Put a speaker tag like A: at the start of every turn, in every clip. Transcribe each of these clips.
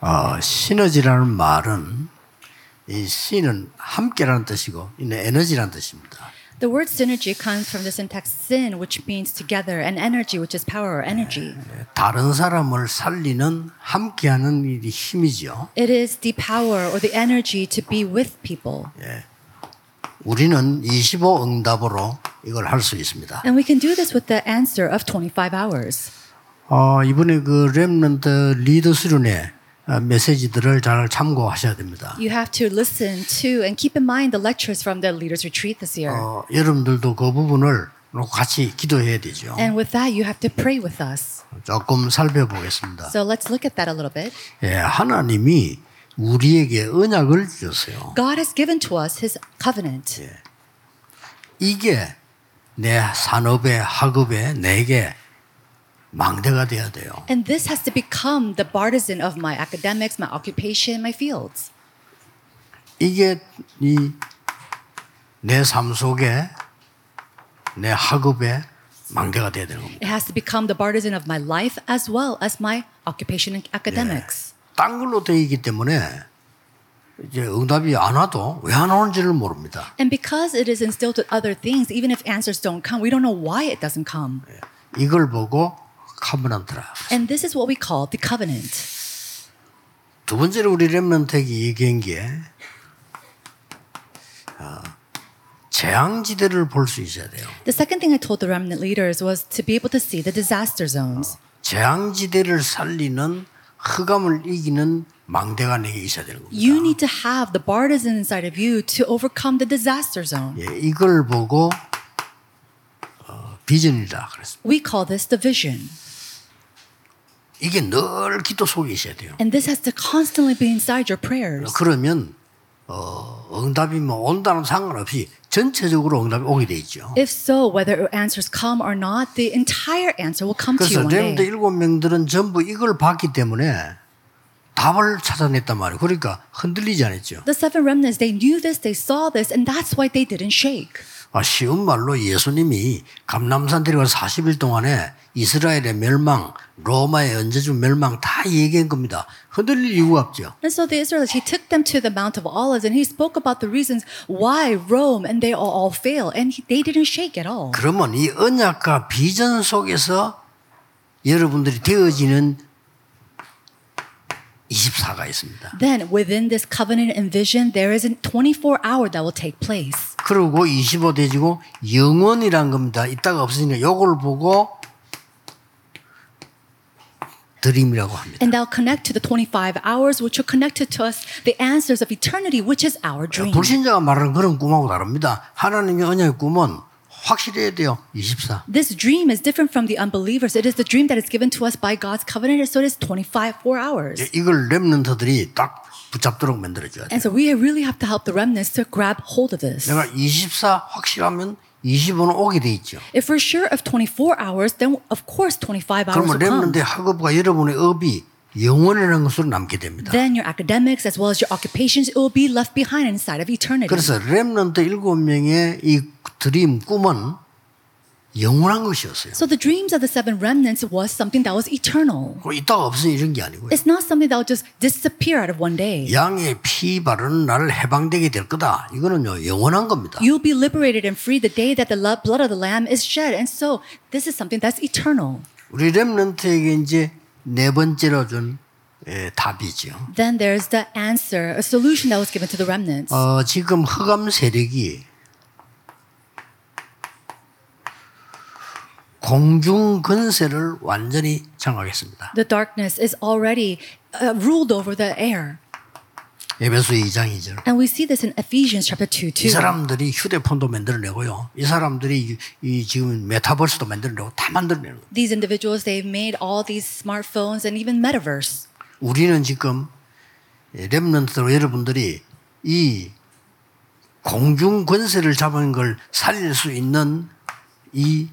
A: 어, 시너지라는 말은 이 신은 함께라는 뜻이고 이는 에너지라는 뜻입니다.
B: The word synergy comes from the syntax syn, which means together, and energy, which is power or energy.
A: 다른 사람을 살리는 함께하는 일이 힘이죠.
B: It is the power or the energy to be with people.
A: 우리는 25 응답으로 이걸 할 수 있습니다.
B: And we can do this with the answer of 25 hours.
A: 어, 이번에 그 렘넌트 리더 수련회 어, 메시지들을 잘 참고하셔야 됩니다.
B: You have to listen to and keep in mind the lectures from the Leaders Retreat this year.
A: 어, 여러분들도 그 부분을 놓고 같이 기도해야 되죠.
B: And with that, you have to pray with us.
A: 조금 살펴보겠습니다.
B: So let's look at that a little bit.
A: 예, 하나님이 우리에게 언약을 주셨어요.
B: God has given to us his covenant.
A: 이게 내 산업의 학업에 내게 망대가 돼야 돼요.
B: And this has to become the partisan of my academics, my occupation, my fields.
A: 이게 이 내 삶 속에 내 학업에 망대가 돼야 되는 겁니다.
B: It has to become the partisan of my life as well as my occupation and academics.
A: 딴 걸로 되어 있기 때문에 이제 응답이 안 와도 왜 안 오는지를 모릅니다.
B: And because it is instilled with other things, even if answers don't come, we don't know why it doesn't come.
A: 이걸 보고 카브란트라.
B: And this is what we call the covenant.
A: 두 번째로 우리 렘넌택이 얘기한 게 어, 재앙지대를 볼 수 있어야 돼요.
B: The second thing I told the remnant leaders was to be able to see the disaster zones.
A: 재앙지대를 살리는 흑암을 이기는 망대가 내게 있어야 되는 겁니다.
B: You need to have the partisan inside of you to overcome the disaster zone.
A: 예, 이걸 보고 어, 비전이다 그랬습니다.
B: We call this the vision.
A: 이게 늘 기도 속에 있어야 돼요.
B: And this has to constantly be inside your prayers.
A: 그러면 어, 응답이 뭐 온다는 상관없이 전체적으로 응답이 오게 돼 있죠.
B: If so, whether answers come or not, the entire answer will come to you
A: 그래서
B: one
A: 렘드
B: day.
A: 일곱 명들은 전부 이걸 봤기 때문에 답을 찾아냈단 말이에요. 그러니까 흔들리지 않았죠.
B: The seven remnants, they knew this, they saw this, and that's why they didn't shake.
A: 아, 쉬운 말로 예수님이 감남산 데려가 40일 동안에 이스라엘의 멸망, 로마의 언제쯤 멸망 다 얘기한 겁니다. 흔들릴 이유가 없죠.
B: And so the Israelites, he took them to the Mount of Olives and he spoke about the reasons why Rome and they all, all fail. And he, they didn't shake at all.
A: 그러면 이 언약과 비전 속에서 여러분들이 되어지는 24가 있습니다.
B: Then within this covenant and vision, there is a 24 hour that will take place.
A: 그리고 25대지고 영원이란 겁니다. 이따가 없으니까 요걸 보고 드림이라고 합니다.
B: And that'll connect to the 25 hours, which are connected to us the answers of eternity, which is our dream.
A: 불신자가 말하는 그런 꿈하고 다릅니다. 하나님의 언약의 꿈은 확실해야 돼요. 24.
B: This dream is different from the unbelievers. It is the dream that is given to us by God's covenant, and so it is 25 4 hours.
A: 예, 이걸 랩런터들이 딱 붙잡도록 만들어줘야 돼요.
B: And so we really have to help the remnants to grab hold of this.
A: 내가 24 확실하면 25는 오게 돼 있죠.
B: If we're sure of 24 hours, then of course 25 hours will
A: 그러면
B: come.
A: 랩런트의 학업과 여러분의 업이 영원이라는 것으로 남게 됩니다.
B: Then your academics as well as your occupations it will be left behind inside of eternity.
A: 그래서 렘넌트 일곱 명의 이 드림 꿈은 영원한 것이었어요.
B: So the dreams of the seven remnants was something that was eternal.
A: 그 이따가 없으니 이런 게 아니고요.
B: It's not something that will just disappear out of one day.
A: 양의 피 바르는 날 해방되게 될 거다. 이거는요 영원한 겁니다.
B: You'll be liberated and free the day that the lo- blood of the Lamb is shed. And so this is something that's eternal.
A: 우리 렘넌트에게 이제 네 번째로 준 예, 답이죠.
B: Then there's the answer, a solution that was given to the remnants.
A: 어, 지금 흑암 세력이 공중 건세를 완전히 장악했습니다.
B: the darkness is already uh, ruled over the air.
A: 에베소 2장 2절.
B: And we see this in Ephesians chapter 2
A: 이
B: 2.
A: 사람들이 휴대폰도 만들어내고요. 이 사람들이 이, 이 지금 메타버스도 만들어내고 다 만들어내는 거예요.
B: These individuals, they've made all these smartphones and even metaverse.
A: 우리는 지금 랩런트로 여러분들이 이 공중 권세를 잡은 걸 살릴 수 있는 이,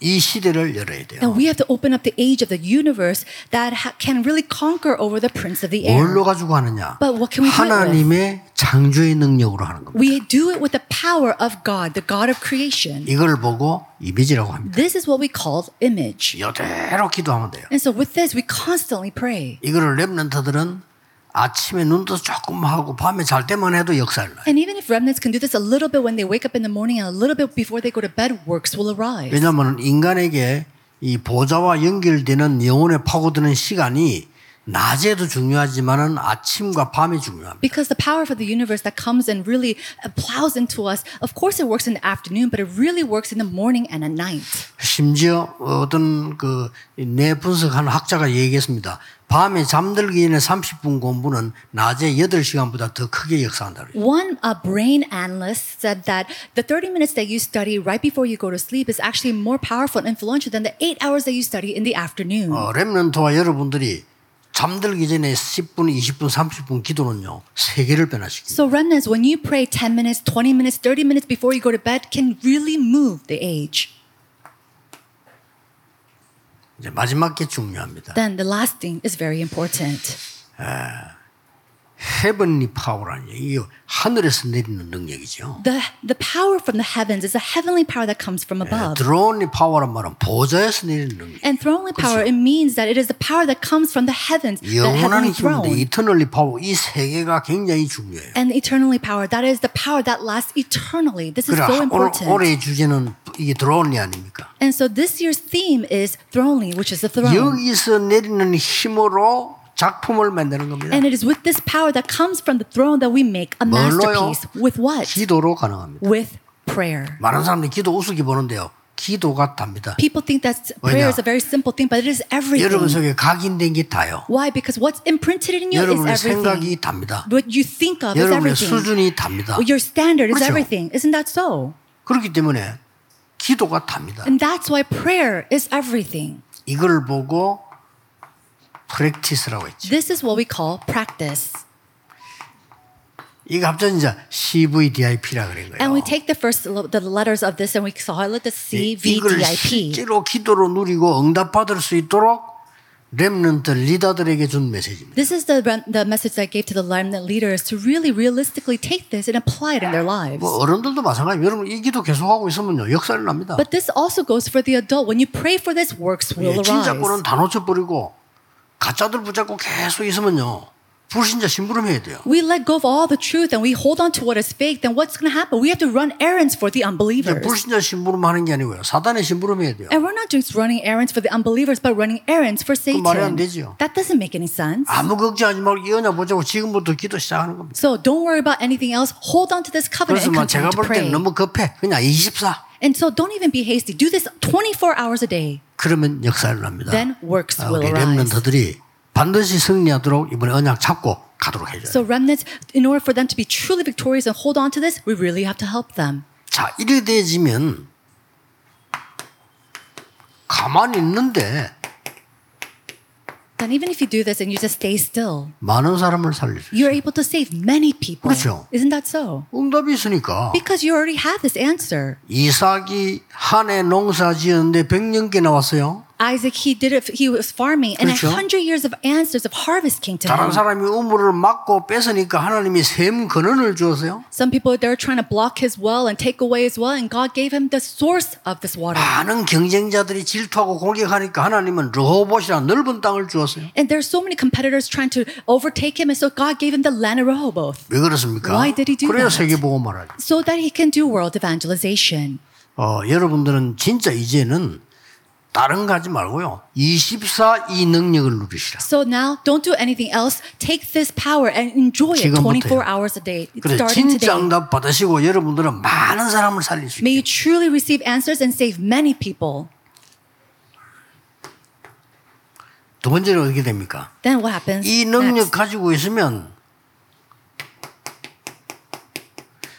A: 이 시대를 열어야 돼요.
B: And we have to open up the age of the universe that ha- can really conquer over the prince of the air.
A: 뭘로 가지고 하느냐?
B: But what can we do it with?
A: 하나님의 창조의 능력으로 하는 겁니다.
B: We do it with the power of God, the God of creation.
A: 이걸 보고 이미지라고 합니다.
B: This is what we call image.
A: 이대로 기도하면 돼요.
B: And so with this, we constantly pray.
A: 이거를 랩런터들은 아침에 눈도 조금 하고 밤에 잘 때만 해도 역사를 나요.
B: And even if remnants can do this a little bit when they wake up in the morning and a little bit before they go to bed, works will arise.
A: 왜냐하면 인간에게 이 보좌와 연결되는 영혼에 파고드는 시간이 낮에도 중요하지만은 아침과 밤이 중요합니다.
B: Because the power for the universe that comes and really uh, plows into us, of course it works in the afternoon, but it really works in the morning and at night.
A: 심지어 어떤 그뇌 분석한 학자가 얘기했습니다. 밤에 잠들기 전에 30분 공부는 낮에 8시간보다 더 크게 역사한다. 그래요.
B: One uh, brain analyst said that the 30 minutes that you study right before you go to sleep is actually more powerful and influential than the eight hours that you study in the afternoon.
A: 어, 랩런트와 여러분들이 잠들기 전에 10분, 20분, 30분 기도는요. 세계를 변화시킵니다.
B: So, remnants, when you pray 10 minutes, 20 minutes, 30 minutes before you go to bed, can really move the age.
A: 이제 마지막 게 중요합니다.
B: Then the last thing is very important.
A: 헤븐리 파워라는 얘기. 이거 하늘에서 내리는 능력이죠.
B: The, the power from the heavens is a heavenly power that comes from above.
A: 그 드론이 파워란 말은 보좌에서 내리는 능력.
B: And thronely power, it means that it is the power that comes from the heavens, the
A: 영원한
B: heavenly
A: 힘인데
B: throne.
A: 이터널리 파워 이 세 개가 굉장히 중요해요.
B: And eternally power, that is the power that lasts eternally. This is
A: 그래
B: so
A: 오늘
B: important.
A: 올해의 주제는 이게 드론이 아닙니까?
B: And so this year's theme is thronely, which is the throne.
A: 여기서 내리는 힘으로 작품을 만드는 겁니다.
B: And it is with this power that comes from the throne that we make a
A: 뭘로요?
B: masterpiece. With what?
A: 기도로 가능합니다.
B: With prayer.
A: 많은 사람들이 기도 우습게 보는데요. 기도가 답니다.
B: People think that
A: 왜냐?
B: prayer is a very simple thing, but it is
A: 여러분
B: everything.
A: 속에 각인된 게 다요.
B: Why? Because what's imprinted in you is
A: 여러분의
B: everything.
A: 생각이 답니다.
B: What you think of is
A: 여러분의
B: everything.
A: 수준이 답니다.
B: Your standard is
A: 그렇죠.
B: everything. Isn't that so?
A: 그렇기 때문에 기도가 답니다.
B: And that's why prayer is everything.
A: 이걸 보고 프랙티스라고 했죠.
B: This is what we call practice.
A: 이거 합쳐진 이제 CVDIP라 그런
B: And we
A: 거예요.
B: take the first lo- the letters of this and we call it the
A: 이- 이걸
B: CVDIP.
A: 실제로 기도로 누리고 응답받을 수 있도록 렘넌트 리더들에게 준 메시지입니다.
B: This is the, rem- the message that I gave to the remnant leaders to really realistically take this and apply it in their lives.
A: 뭐 어른들도 마찬가지. 여러분 이 기도 계속하고 있으면요 역사를 납니다.
B: But this also goes for the adult. When you pray for this, works will
A: 예,
B: arise.
A: 진짜고는 다 놓쳐버리고 가짜들 붙잡고 계속 있으면요 불신자 심부름해야 돼요.
B: we let go of all the truth and we hold on to what is fake, then what's going to happen? We have to run errands for
A: 근데
B: the unbelievers.
A: 불신자 심부름하는 게 아니고요 사단의 심부름해야 돼요.
B: And we're not just running errands for the unbelievers, but running errands for Satan.
A: 말이 안 되죠.
B: That doesn't make any sense.
A: 아무 걱정하지 말고 이 언약 보자고 지금부터 기도 시작하는 겁니다.
B: So don't worry about anything else. Hold on to this covenant
A: 그래서
B: and
A: 뭐 제가
B: continue to
A: 볼 땐
B: pray.
A: 너무 급해. 그냥 24
B: And so don't even be hasty. Do this 24 hours a day.
A: 그러면 역사를 납니다.
B: Then works
A: 아,
B: will
A: 우리
B: arise.
A: 렘넌트들이 반드시 승리하도록 이번에 언약 잡고 가도록 해줘요.
B: So remnants, in order for them to be truly victorious and hold on to this, we really have to help them.
A: 자, 이래 돼지면 가만히 있는데
B: Then even if you do this and you just stay still,
A: 많은 사람을 살릴 수 있어요.
B: you're able to save many people.
A: 그렇죠.
B: Isn't that so?
A: 응답이 있으니까
B: Because you already have this answer.
A: 이삭이 한 해 농사 지었는데 100년께 나왔어요.
B: Isaac, he did it. He was farming, and
A: 그렇죠.
B: a hundred years of answers of harvest came to
A: 다른
B: him.
A: 사람이 우물을 막고 뺏으니까 하나님이 샘 근원을 주었어요.
B: Some people they're trying to block his well and take away his well, and God gave him the source of this water.
A: 많은 경쟁자들이 질투하고 공격하니까 하나님은 르호봇이라는 넓은 땅을 주었어요.
B: And there's so many competitors trying to overtake him, and so God gave him the land of Rehoboth
A: 왜 그렇습니까?
B: Why did he do
A: 그래야
B: that?
A: 세계보고말 하죠.
B: so that he can do world evangelization.
A: 어, 여러분들은 진짜 이제는 다른 거 하지 말고요. 24 이 능력을 누리시라.
B: So now, don't do anything else. Take this power and enjoy it
A: 지금부터요.
B: 24 hours a day,
A: 그래
B: starting
A: 진짜
B: today.
A: 응답 받으시고 여러분들은 많은 사람을 살릴 수
B: May
A: 있게.
B: you truly receive answers and save many people.
A: 두 번째는 어떻게 됩니까?
B: Then what happens?
A: 이 능력
B: next?
A: 가지고 있으면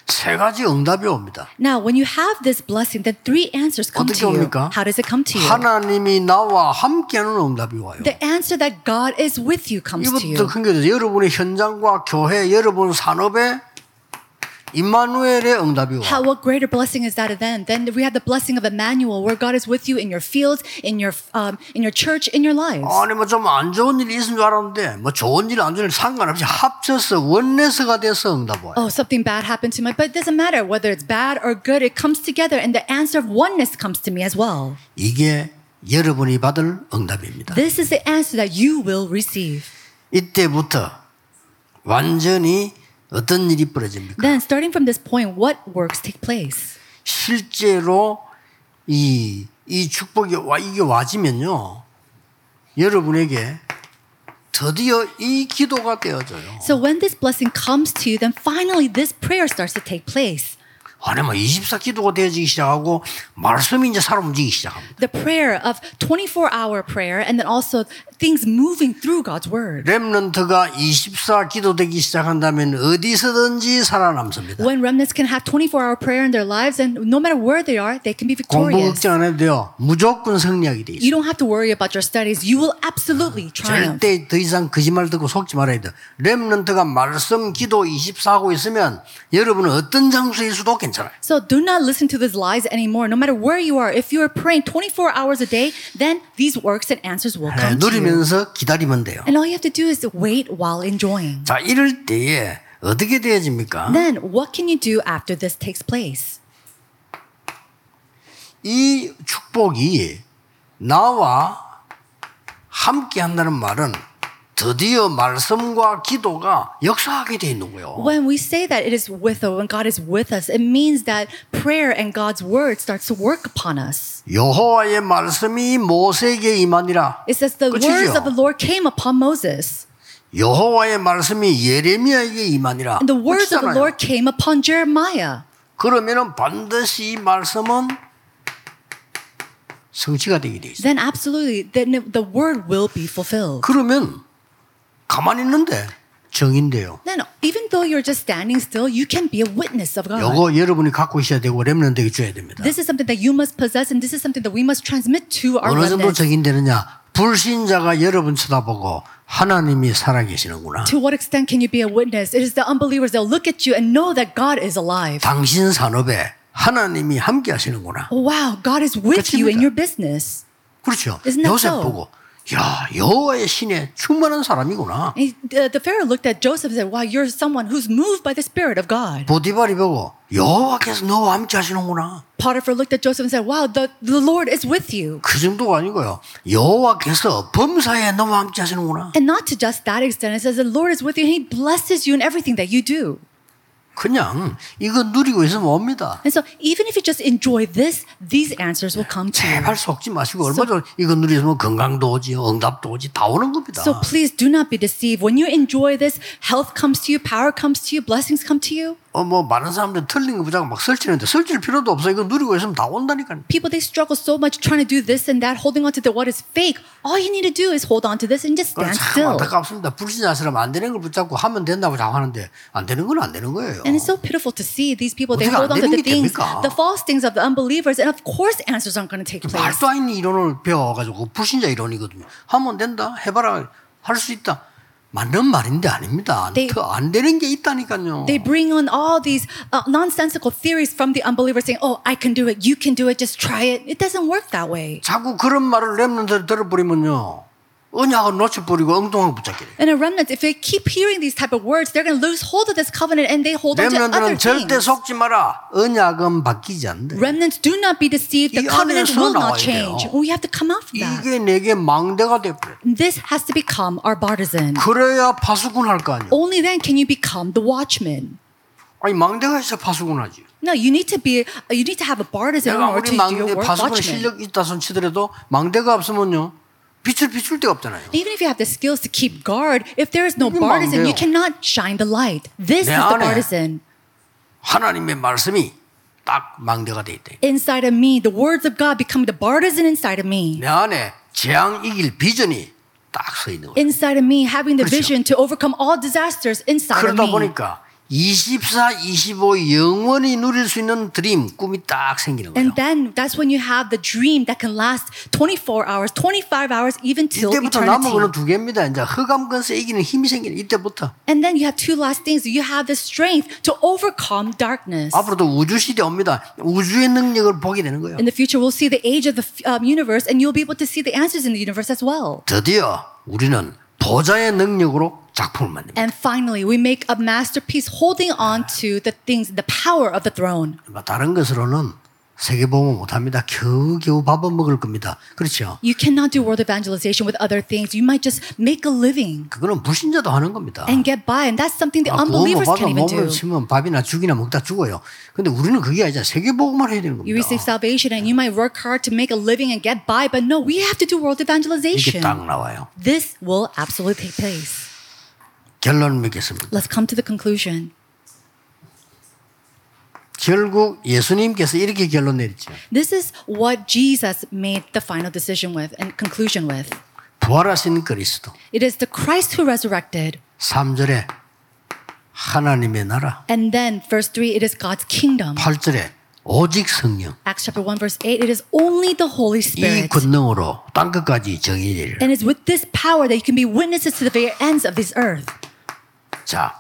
A: 세 가지 응답이 옵니다.
B: Now, when you have this blessing, then three answers come
A: 어떻게
B: to you.
A: 옵니까?
B: How does it come to you?
A: 하나님이 나와 함께하는 응답이 와요.
B: The answer that God is with you comes to
A: 이것도
B: you.
A: 큰 거죠. 여러분의 현장과 교회, 여러분 산업에 임마누엘의 응답이 와.
B: How what greater blessing is that then? Then we have the blessing of Emmanuel, where God is with you in your fields, in your um, in your church, in your lives.
A: 아니 뭐 좀 안 좋은 일이 있는 줄 알았는데 뭐 좋은 일 안 좋은 일 상관없이 합쳐서 원내스가 돼서 응답 와요.
B: Oh, something bad happened to me, but it doesn't matter whether it's bad or good. It comes together, and the answer of oneness comes to me as well.
A: 이게 여러분이 받을 응답입니다.
B: This is the answer that you will receive.
A: 이때부터 완전히 어떤 일이 벌어집니까?
B: Then, starting from this point, what works take place?
A: 실제로 이, 이 축복이 와, 이게 와지면요. 여러분에게 드디어 이 기도가 되어져요.
B: So, when this blessing comes to you, then finally this prayer starts to take place.
A: 아니, 뭐, 24기도가 되어지기 시작하고, 말씀이 이제 살아 움직이기 시작합니다.
B: The prayer of 24 hour prayer, and then also things moving through God's word.
A: 랩런트가 24기도 되기 시작한다면 어디서든지 살아남습니다.
B: When remnants can have 24 hour prayer in their lives, and no matter where they are, they can be
A: 공부
B: victorious.
A: 걱정 안 해도 돼요. 무조건 성리학이 돼
B: You
A: 있어요.
B: don't have to worry about your studies. You will absolutely triumph.
A: 절대 더 이상 거짓말 듣고 속지 말아야 돼요. 랩런트가 말씀, 기도 24하고 있으면 여러분은 어떤 장소일 수도 괜찮아요.
B: So do not listen to these lies anymore. No matter where you are, if you are praying 24 hours a day, then these works and answers will
A: 네,
B: come to you.
A: 누리면서 기다리면 돼요.
B: And all you have to do is wait while enjoying.
A: 자, 이럴 때에 어떻게 되어집니까?
B: Then what can you do after this takes place?
A: 이 축복이 나와 함께 한다는 말은 드디어 말씀과 기도가 역사하게 돼 있는 거예요.
B: When we say that it is with or when God is with us, it means that prayer and God's word starts to work upon us.
A: 여호와의 말씀이 모세에게 임하니라.
B: It says the words of the Lord came upon Moses.
A: 여호와의 말씀이 예레미야에게 임하니라.
B: And the words of the
A: 그렇잖아요.
B: Lord came upon Jeremiah.
A: 그러면은 반드시 이 말씀은 성취가 되게 돼 있어요.
B: Then absolutely, then the word will be fulfilled.
A: 그러면 가만히 있는데 정인데요.
B: Then, even though you're just standing still, you can be a witness of God.
A: 요거 여러분이 갖고 있어야 되고 렘넌트에게 줘야 됩니다.
B: This is something that you must possess, and this is something that we must transmit to our
A: 어느 정도
B: remnant.
A: 적용되느냐? 불신자가 여러분 쳐다보고 하나님이 살아계시는구나.
B: To what extent can you be a witness? It is the unbelievers that look at you and know that God is alive. Oh,
A: 당신 산업에 하나님이 함께 하시는구나.
B: Wow, God is with you
A: 끝입니다.
B: in your business.
A: 그렇죠.
B: Isn't that
A: 요셉
B: so?
A: 보고 야 여호와의 신에 충만한 사람이구나.
B: And he- the, the Pharaoh looked at Joseph and said, Wow, you're someone who's moved by the Spirit of God.
A: 보디발이 보고 여호와께서 너와 함께 하시는구나.
B: Potiphar looked at Joseph and said, Wow, the, the Lord is with you.
A: 그 정도가 아니고요. 여호와께서 범사에 너와 함께 하시는구나.
B: And not to just that extent, it says, The Lord is with you, and He blesses you in everything that you do.
A: 그냥 이거 누리고 있으면 옵니다.
B: And so, even if you just enjoy this, these answers will come to you.
A: 제발 속지 마시고 얼마 전에 이거 누리면 건강도 오지 응답도 오지 다 오는 겁니다.
B: So, please do not be deceived. When you enjoy this, health comes to you, power comes to you, blessings come to you.
A: 어, 뭐, 많은 사람들이 틀린 거 보자고 막 설치는데, 설칠 필요도 없어. 이거 누리고 있으면 다 온다니까요.
B: People, they struggle so much trying to do this and that, holding on to the, what is fake. All you need to do is hold on to this and just
A: 그건
B: stand
A: 참
B: still.
A: 안타깝습니다. 불신자처럼 안 되는 걸 붙잡고 하면 된다고 자꾸 하는데, 안 되는 건 안 되는 거예요.
B: And it's so pitiful to see these people, they
A: 어떻게 안
B: hold on
A: 되는
B: to the
A: 게
B: things,
A: 됩니까?
B: the false things of the unbelievers. And of course, answers aren't going to take place.
A: 말도 안 되는 이론을 배워가지고, 불신자 이론이거든요. 하면 된다, 해봐라, 할 수 있다. 맞는 말인데 아닙니다. 안,
B: 네.
A: 더- 안 되는 게 있다니까요.
B: They bring on all these uh, nonsensical theories from the unbelievers saying, oh, I can do it, you can do it, just try it. It doesn't work that way.
A: 자꾸 그런 말을 랩런들 들어버리면요. 언약을 놓쳐버리고 엉뚱하게 붙잡게 돼요.
B: And a remnant, if they keep hearing these type of words, they're going to lose hold of this covenant and they hold on to other
A: 랩런들은 절대
B: things.
A: 속지 마라. 언약은 바뀌지 않는데.
B: Remnants, do not be deceived. The
A: 이
B: covenant
A: 안에서
B: will
A: 나와야
B: not change.
A: 돼요.
B: We have to come out from that.
A: 이게 내게 망대가 돼버려.
B: This has to become our partisan.
A: 그래야 파수꾼 할 거 아니야.
B: Only then can you become the watchman.
A: 아니 망대가 있어 파수꾼 하지.
B: No, you need to be. uh, You need to have a partisan in
A: 내가 우리
B: order to do
A: 망대
B: your work,
A: 파수꾼
B: watchman.
A: 실력 있다 손 치더라도 망대가 없으면요 빛을 비출 데가 없잖아요.
B: Even if you have the skills to keep guard, if there is no
A: 이게
B: partisan, you
A: 망대요.
B: cannot shine the light. This
A: 내
B: is the
A: 안에.
B: partisan.
A: 하나님의 말씀이 딱 망대가 돼 있다.
B: Inside of me, the words of God become the partisan inside of me.
A: 내 안에 재앙 이길 비전이 딱 서 있는 거예요.
B: Inside of me, having the
A: 그렇죠.
B: vision to overcome all disasters inside of
A: 그러다
B: me.
A: 보니까 24, 25 영원히 누릴 수 있는 드림, 꿈이 딱 생기는 거예요.
B: And then that's when you have the dream that can last 24 hours, 25 hours, even till
A: 이때부터 남은 거는
B: eternity.
A: 두 개입니다. 이제 허감건세 이기는 힘이 생기는 이때부터.
B: And then you have two last things. You have the strength to overcome darkness.
A: 앞으로도 우주 시대 옵니다. 우주의 능력을 보게 되는 거예요.
B: In the future, we'll see the age of the f- um, universe, and you'll be able to see the answers in the universe as well.
A: 드디어 우리는 보좌의 능력으로 작품을 만듭니다.
B: And finally, we make a masterpiece holding on to the things, the power of the throne.
A: 뭐 다른 것으로는 세계보험을 못합니다. 겨우겨우 밥은 먹을 겁니다. 그렇죠?
B: You cannot do world evangelization with other things. You might just make a living
A: 그거는 불신자도 하는 겁니다.
B: and get by, and that's something the
A: 아, 구원을
B: unbelievers
A: 받아
B: can't even
A: 몸을
B: do.
A: 치면 밥이나 죽이나 먹다 죽어요. 근데 우리는 그게 아니라 세계보험을 해야 되는 겁니다.
B: You receive salvation and you might work hard to make a living and get by, but no, we have to do world
A: 이게
B: evangelization.
A: 딱 나와요.
B: This will absolutely take place.
A: 결론 맺겠습니다.
B: Let's come to the conclusion.
A: 결국 예수님께서 이렇게 결론 내리죠.
B: This is what Jesus made the final decision with and conclusion with.
A: 부활하신 그리스도.
B: It is the Christ who resurrected.
A: 3절에 하나님의 나라.
B: And then, verse 3, it is God's kingdom.
A: 8절에 오직 성령.
B: Acts chapter 1, verse 8, it is only the Holy
A: 이
B: Spirit.
A: 권능으로 땅 끝까지 정의 내리라.
B: And it's with this power that you can be witnesses to the very ends of this earth.
A: 자,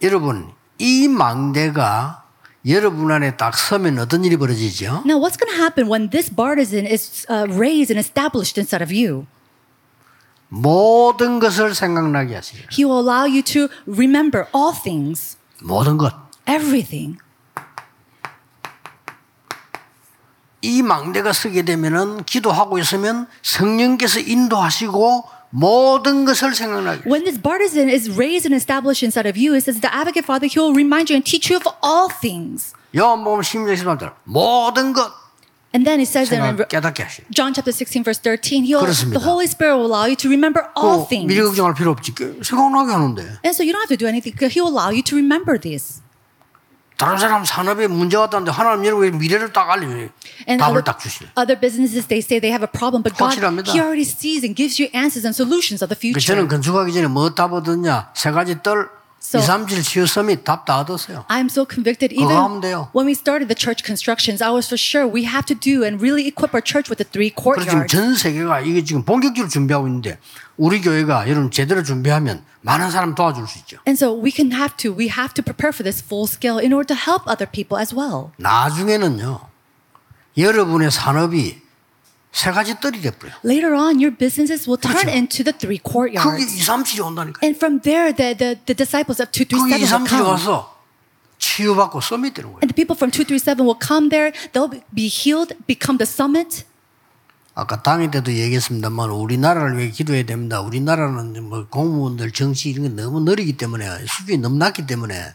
A: 여러분 이 망대가 여러분 안에 딱 서면 어떤 일이 벌어지죠?
B: Now, what's going to happen when this partisan is uh, raised and established inside of you?
A: 모든 것을 생각나게 하시라.
B: He will allow you to remember all things,
A: 모든 것.
B: everything.
A: 이 망대가 서게 되면은 기도하고 있으면 성령께서 인도하시고 모든 것을 생각나게. 하시라.
B: When this partisan is raised and established inside of you, it says the advocate father, he will remind you and teach you of all things.
A: 요한복음 16장 13절 모든 것
B: And then it says in
A: 생각 깨닫게 하시라.
B: John chapter 16, verse 13, he'll,
A: 그렇습니다.
B: the Holy Spirit will allow you to remember all
A: 또
B: things.
A: 미리 걱정할 필요 없지. 그 생각나게 하는데
B: And so you don't have to do anything. He will allow you to remember this.
A: 다른 사람 산업에 문제가 왔다는데 하나님 여러분의 미래를 딱 알리니
B: And
A: 답을
B: other,
A: 딱 주시네.
B: other businesses, they say they have a problem, but God,
A: 확실합니다.
B: He already sees and gives you answers and solutions of the
A: 그 저는
B: future.
A: 건축하기 전에 뭐 답얻었냐 세 가지 떨
B: So-
A: 2, 3질 치우섬이 답 다 얻었어요.
B: I'm so convicted.
A: 하면
B: Even
A: 돼요.
B: when we started the church constructions, I was for sure we have to do and really equip our church with the three
A: 그래서 지금
B: courtyards.
A: 전 세계가 이게 지금 본격적으로 준비하고 있는데 우리 교회가 여러분 제대로 준비하면 많은 사람 도와줄 수 있죠.
B: And so we can have to, we have to prepare for this full scale in order to help other people as well.
A: 나중에는요 여러분의 산업이 세 가지 떨이 돼버려요.
B: Later on, your businesses will turn
A: 그렇죠.
B: into the three
A: 그게 2,
B: courtyards.
A: 3, 7이 온다니까요.
B: And from there, the, the, the disciples of
A: 그게 2, 3, 7이
B: 237 will come.
A: 와서 치유받고 썸이 되는 거예요.
B: And the people from 237 will come there. They'll be- be healed, become the summit.
A: 아까 당일 때도 얘기했습니다만 우리나라를 위해 기도해야 됩니다. 우리나라는 뭐 공무원들 정치 이런 게 너무 느리기 때문에 수준이 너무 낮기 때문에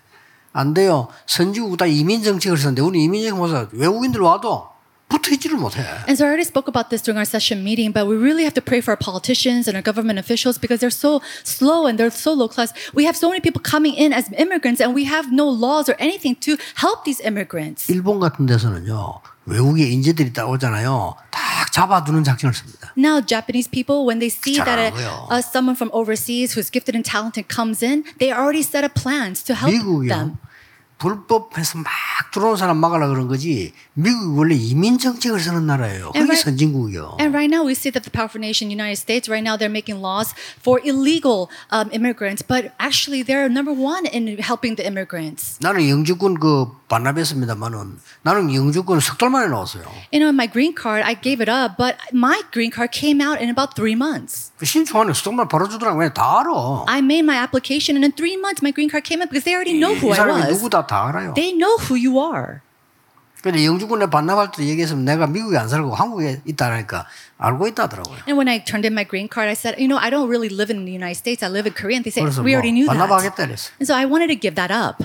A: 안 돼요. 선진국 다 이민 정책을 쓰는데 우리 이민 정책 못해 외국인들 와도 붙어 있지를 못해.
B: And so I already spoke about this during our session meeting, but we really have to pray for our politicians and our government officials because they're so slow and they're so low class. We have so many people coming in as immigrants and we have no laws or anything to help these immigrants.
A: 일본 같은 데서는요 외국의 인재들이 딱 오잖아요. 딱 잡아두는 작전을 씁니다.
B: Now, Japanese people, when they see that a,
A: 잘하고요.
B: a- someone from overseas who's gifted and talented comes in, they already set up plans to help
A: 미국이요.
B: them.
A: 불법해서 막 들어온 사람 막으라 그런 거지. 미국이 원래 이민 정책을 쓰는 나라예요. 그게
B: And right-
A: 선진국이요.
B: And right now, we see that the powerful nation, United States, right now they're making laws for illegal um, immigrants, but actually they're number one in helping the immigrants.
A: 나는 영주권 그 반납했습니다만은 나는 영주권 석 달 만에 나왔어요.
B: You know, my green card, I gave it up, but my green card came out in about three months.
A: 그 신청하는 석달 만에 바로 주더라고. 그냥 다 알아.
B: I made my application, and in three months, my green card came out because they already know
A: 이
B: who I
A: 사람이
B: was.
A: 누구다 다 알아요.
B: They know who you are.
A: 근데 영주권에 반납할 때 얘기했으면 내가 미국에 안 살고 한국에 있다라니까 알고 있다더라고요.
B: And when I turned in my green card, I said, you know, I don't really live in the United States. I live in Korea. And they say,
A: 그래서
B: 네, we
A: 뭐
B: already knew that.
A: 반납하겠다 그랬어.
B: And so I wanted to give that up.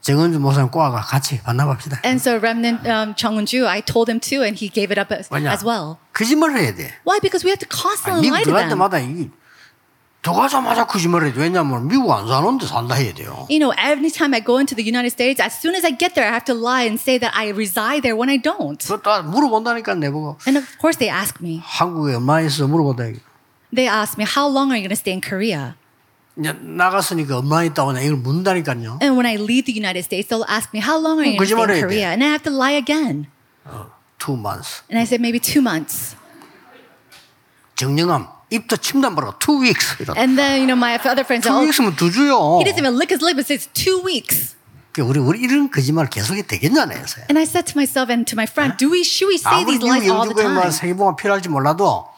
A: 정은주 목사님 꼬아가 같이 반납합시다.
B: And so Remnant um, Chung Eun-ju, I told him too, and he gave it up as,
A: 왜냐?
B: as well.
A: 거짓말을 해야 돼.
B: Why? Because we have to
A: 아니,
B: constantly
A: 미국
B: lie to
A: 들어갈
B: them.
A: 때마다 이 들어가자마자 거짓말을 해야 돼. 왜냐하면 미국 안 사는데 산다 해야 돼요.
B: You know, every time I go into the United States, as soon as I get there, I have to lie and say that I reside there when I don't.
A: 그거 다 물어본다니까 내보고
B: And of course, they ask me.
A: 한국에 얼마나 있어 물어본다.
B: They ask me, how long are you going to stay in Korea?
A: 이제 나갔으니까 얼마나 있다고 하냐 이걸 묻는다니까요.
B: And when I leave the United States, they'll ask me, How long are you
A: 그러지
B: going to
A: 말아야
B: stay
A: 돼.
B: in Korea? And I have to lie again.
A: Two months.
B: And I said, Maybe two months.
A: 정령함 입도 침단바로 two weeks 이런.
B: And then, you know, my other friends,
A: two
B: oh,
A: weeks면 두 주요.
B: he doesn't even lick his lip and says, Two weeks.
A: 그 우리 우리 이런 거짓말 계속이 되겠냐네 요새.
B: And I said to myself and to my friend, Do we, should we say
A: 아무리
B: these
A: 미국
B: lies all the
A: 영주국에 뭐
B: time?
A: 세계보가 필요할지 몰라도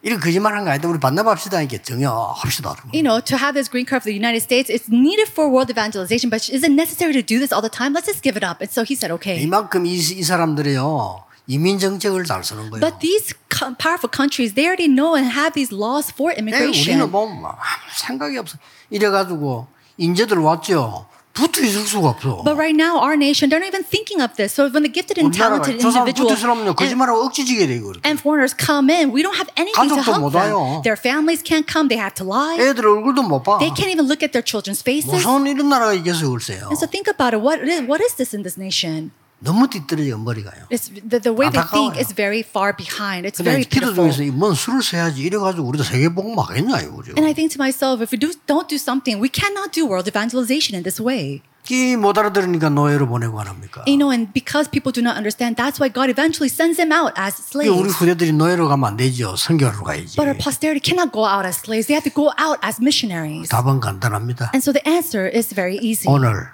A: 이런 거짓말 한거 아니다. 우리 반납합시다 이게 정형합시다.
B: You know, to have this green card for the United States, it's needed for world evangelization, but is it necessary to do this all the time? Let's just give it up. And so he said, Okay.
A: 이만큼 이, 이 사람들이요 이민 정책을 잘 쓰는 거예요.
B: But these co- powerful countries, they already know and have these laws for
A: 에이, 우리는
B: immigration.
A: 뭐 아무 생각이 없어. 이래가지고 인재들 왔죠. 붙어 있을 수가 없어.
B: But right now, our nation, they're not even thinking of this. So when the gifted and
A: 우리나라가
B: talented
A: 저 사람 붙어
B: individual
A: 있으려면
B: and,
A: 거짓말하고 억지지게 되고 그래.
B: and foreigners come in, we don't have anything to
A: 가족도
B: help
A: 못 와요.
B: them. Their families can't come. They have to lie.
A: 애들 얼굴도 못 봐.
B: They can't even look at their children's faces.
A: 무서운 이런 나라가 이겨서 글쎄요.
B: And so think about it. What is, what is this in this nation?
A: 너무 뒤떨어져 머리가요.
B: It's, the, the way they think
A: 안타까워요.
B: is very far behind. It's
A: 그냥
B: very
A: 기도
B: pitiful.
A: 중에서 이뭔 술을 세야지 이래가지고 우리도 세계복음 막겠냐 이거죠.
B: And I think to myself, if we do, don't do something, we cannot do world evangelization in this way.
A: 끼못 알아들으니까 노예로 보내고 안 합니까?
B: You know, and because people do not understand, that's why God eventually sends them out as
A: 이게 우리
B: slaves.
A: 후대들이 노예로 가면 안 되죠. 선교로 가야지.
B: But our posterity cannot go out as slaves. They have to go out as missionaries.
A: 답은 간단합니다.
B: And so the answer is very easy.
A: 오늘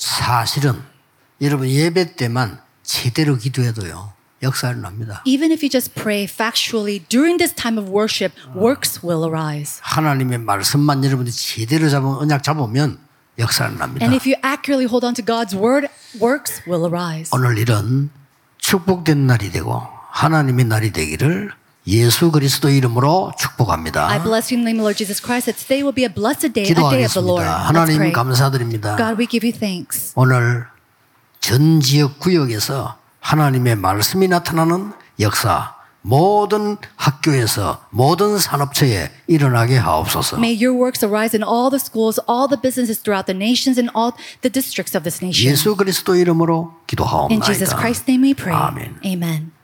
A: 사실은 여러분 예배 때만 제대로 기도해도요 역사를 납니다.
B: Even if you just pray factually during this time of worship, works will arise.
A: 하나님의 말씀만 여러분들 제대로 잡으면 언약 잡으면 역사를 납니다.
B: And if you accurately hold on to God's word, works will arise.
A: 오늘 이런 축복된 날이 되고 하나님의 날이 되기를 예수 그리스도 이름으로
B: I
A: 축복합니다.
B: bless you in the name of the Lord Jesus Christ that today will be a blessed day, a day of the Lord.
A: 기도하겠습니다.
B: Let's
A: 하나님
B: pray.
A: 감사드립니다.
B: God, we give you thanks.
A: 오늘 전 지역 구역에서 하나님의 말씀이 나타나는 역사 모든 학교에서 모든 산업체에 일어나게 하옵소서.
B: May your works arise in all the schools, all the businesses throughout the nations, and all the districts of this nation.
A: 예수 그리스도 이름으로
B: In Jesus
A: 기도하옵나이다.
B: Christ's name we pray.
A: 아멘.
B: Amen.